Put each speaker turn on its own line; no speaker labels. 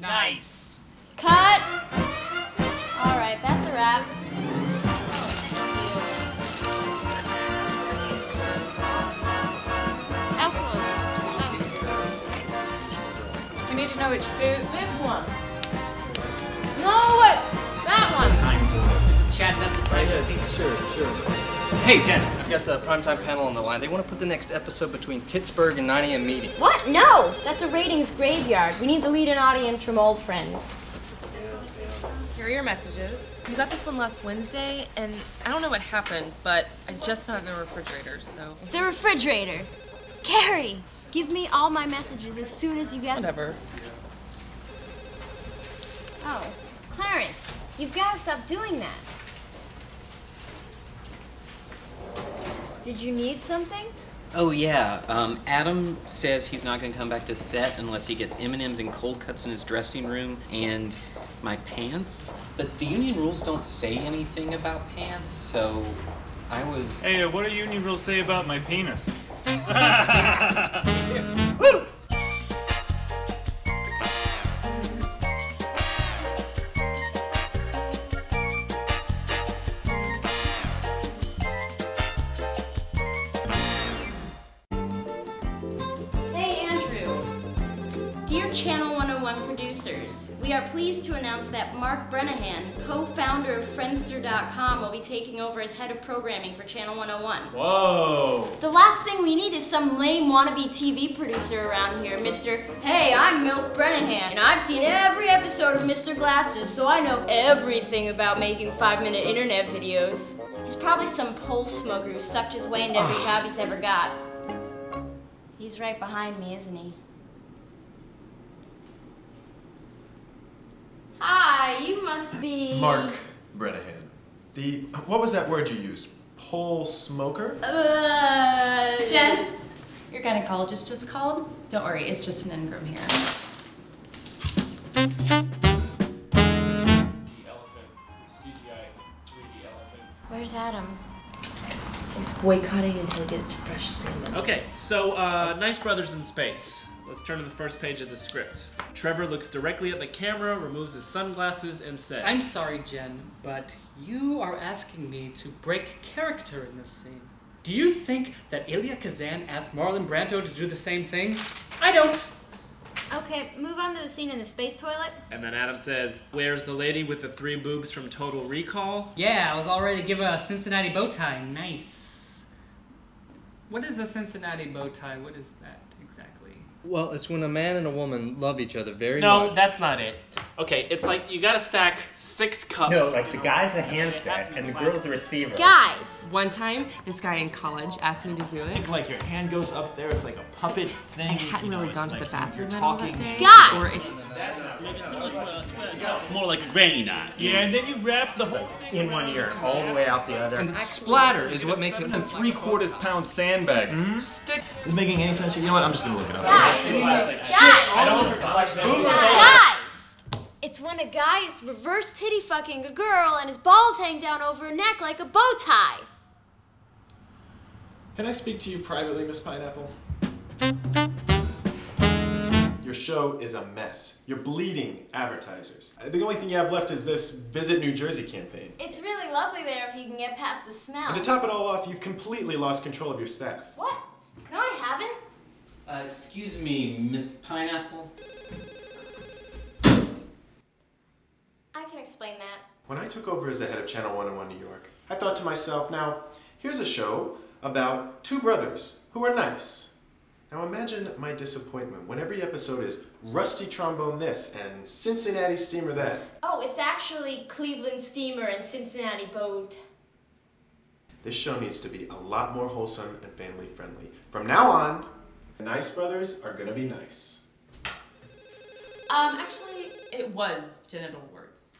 Nice.
Cut. All right, that's a wrap. Oh, Thank you. Alcohol.
We need to know which suit.
Oh, this one. No, that one.
Chatting up the time.
Sure, sure. Hey, Jen, I've got the primetime panel on the line. They want to put the next episode between Pittsburgh and 9 a.m. meeting.
What? No, that's a ratings graveyard. We need to lead an audience from old friends.
Here are your messages. You got this one last Wednesday, and I don't know what happened, but I just found it in the refrigerator, so.
The refrigerator. Carrie, give me all my messages as soon as you get them.
Whatever.
Oh, Clarence, you've got to stop doing that. Did you need something?
Oh yeah. Um, Adam says he's not going to come back to set unless he gets M and M's and cold cuts in his dressing room and my pants. But the union rules don't say anything about pants, so I was.
Hey, uh, what do union rules say about my penis?
Hey, Andrew. Dear Channel 101 producers, we are pleased to announce that Mark Brennahan, co founder of Friendster.com, will be taking over as head of programming for Channel 101.
Whoa.
The last thing we need is some lame wannabe TV producer around here, Mr. Hey, I'm Milt Brennahan, and I've seen every episode of Mr. Glasses, so I know everything about making five minute internet videos. He's probably some pole smoker who sucked his way into every job he's ever got. He's right behind me, isn't he? Hi, you must be.
Mark Brenahan. The what was that word you used? Pole smoker?
Uh,
Jen, your gynecologist just called. Don't worry, it's just an Ingram here.
Elephant. CGI 3D elephant.
Where's Adam?
He's boycotting until he gets fresh salmon.
Okay, so uh, Nice Brothers in Space. Let's turn to the first page of the script. Trevor looks directly at the camera, removes his sunglasses, and says,
I'm sorry, Jen, but you are asking me to break character in this scene. Do you think that Ilya Kazan asked Marlon Brando to do the same thing? I don't.
Okay, move on to the scene in the space toilet.
And then Adam says, Where's the lady with the three boobs from Total Recall?
Yeah, I was all ready to give a Cincinnati bow tie. Nice. What is a Cincinnati bow tie? What is that exactly?
Well, it's when a man and a woman love each other very
No,
much.
that's not it. Okay, it's like you gotta stack six cups.
No, like the guy's the
They have to
handset
be
and the
plastic.
girl's the receiver.
Guys!
One time, this guy in college asked me to do it.
Like your hand goes up there, it's like a puppet thing.
I hadn't
you know,
really
it's
gone to
like
the bathroom
you're
at all
talking.
that day.
Guys!
Or if,
More like a granny knot.
Yeah, and then you wrap the whole thing
In one ear, all the way out the
And
other.
the splatter is what makes it.
And three quarters pound sandbag.
Mm-hmm.
Stick. Is making any sense? You know what? I'm just gonna look it up.
Guys! Guys! Guys! It's when a guy is reverse titty fucking a girl and his balls hang down over her neck like a bow tie.
Can I speak to you privately, Miss Pineapple? Your show is a mess. You're bleeding advertisers. I think The only thing you have left is this Visit New Jersey campaign.
It's really lovely there if you can get past the smell.
And to top it all off, you've completely lost control of your staff.
What? No, I haven't.
Uh, excuse me, Miss Pineapple.
I can explain that.
When I took over as the head of Channel 101 New York, I thought to myself, now, here's a show about two brothers who are nice. Now imagine my disappointment when every episode is Rusty Trombone this and Cincinnati Steamer that.
Oh, it's actually Cleveland Steamer and Cincinnati Boat.
This show needs to be a lot more wholesome and family friendly. From now on, the nice brothers are gonna be nice.
um, actually, it was genital words.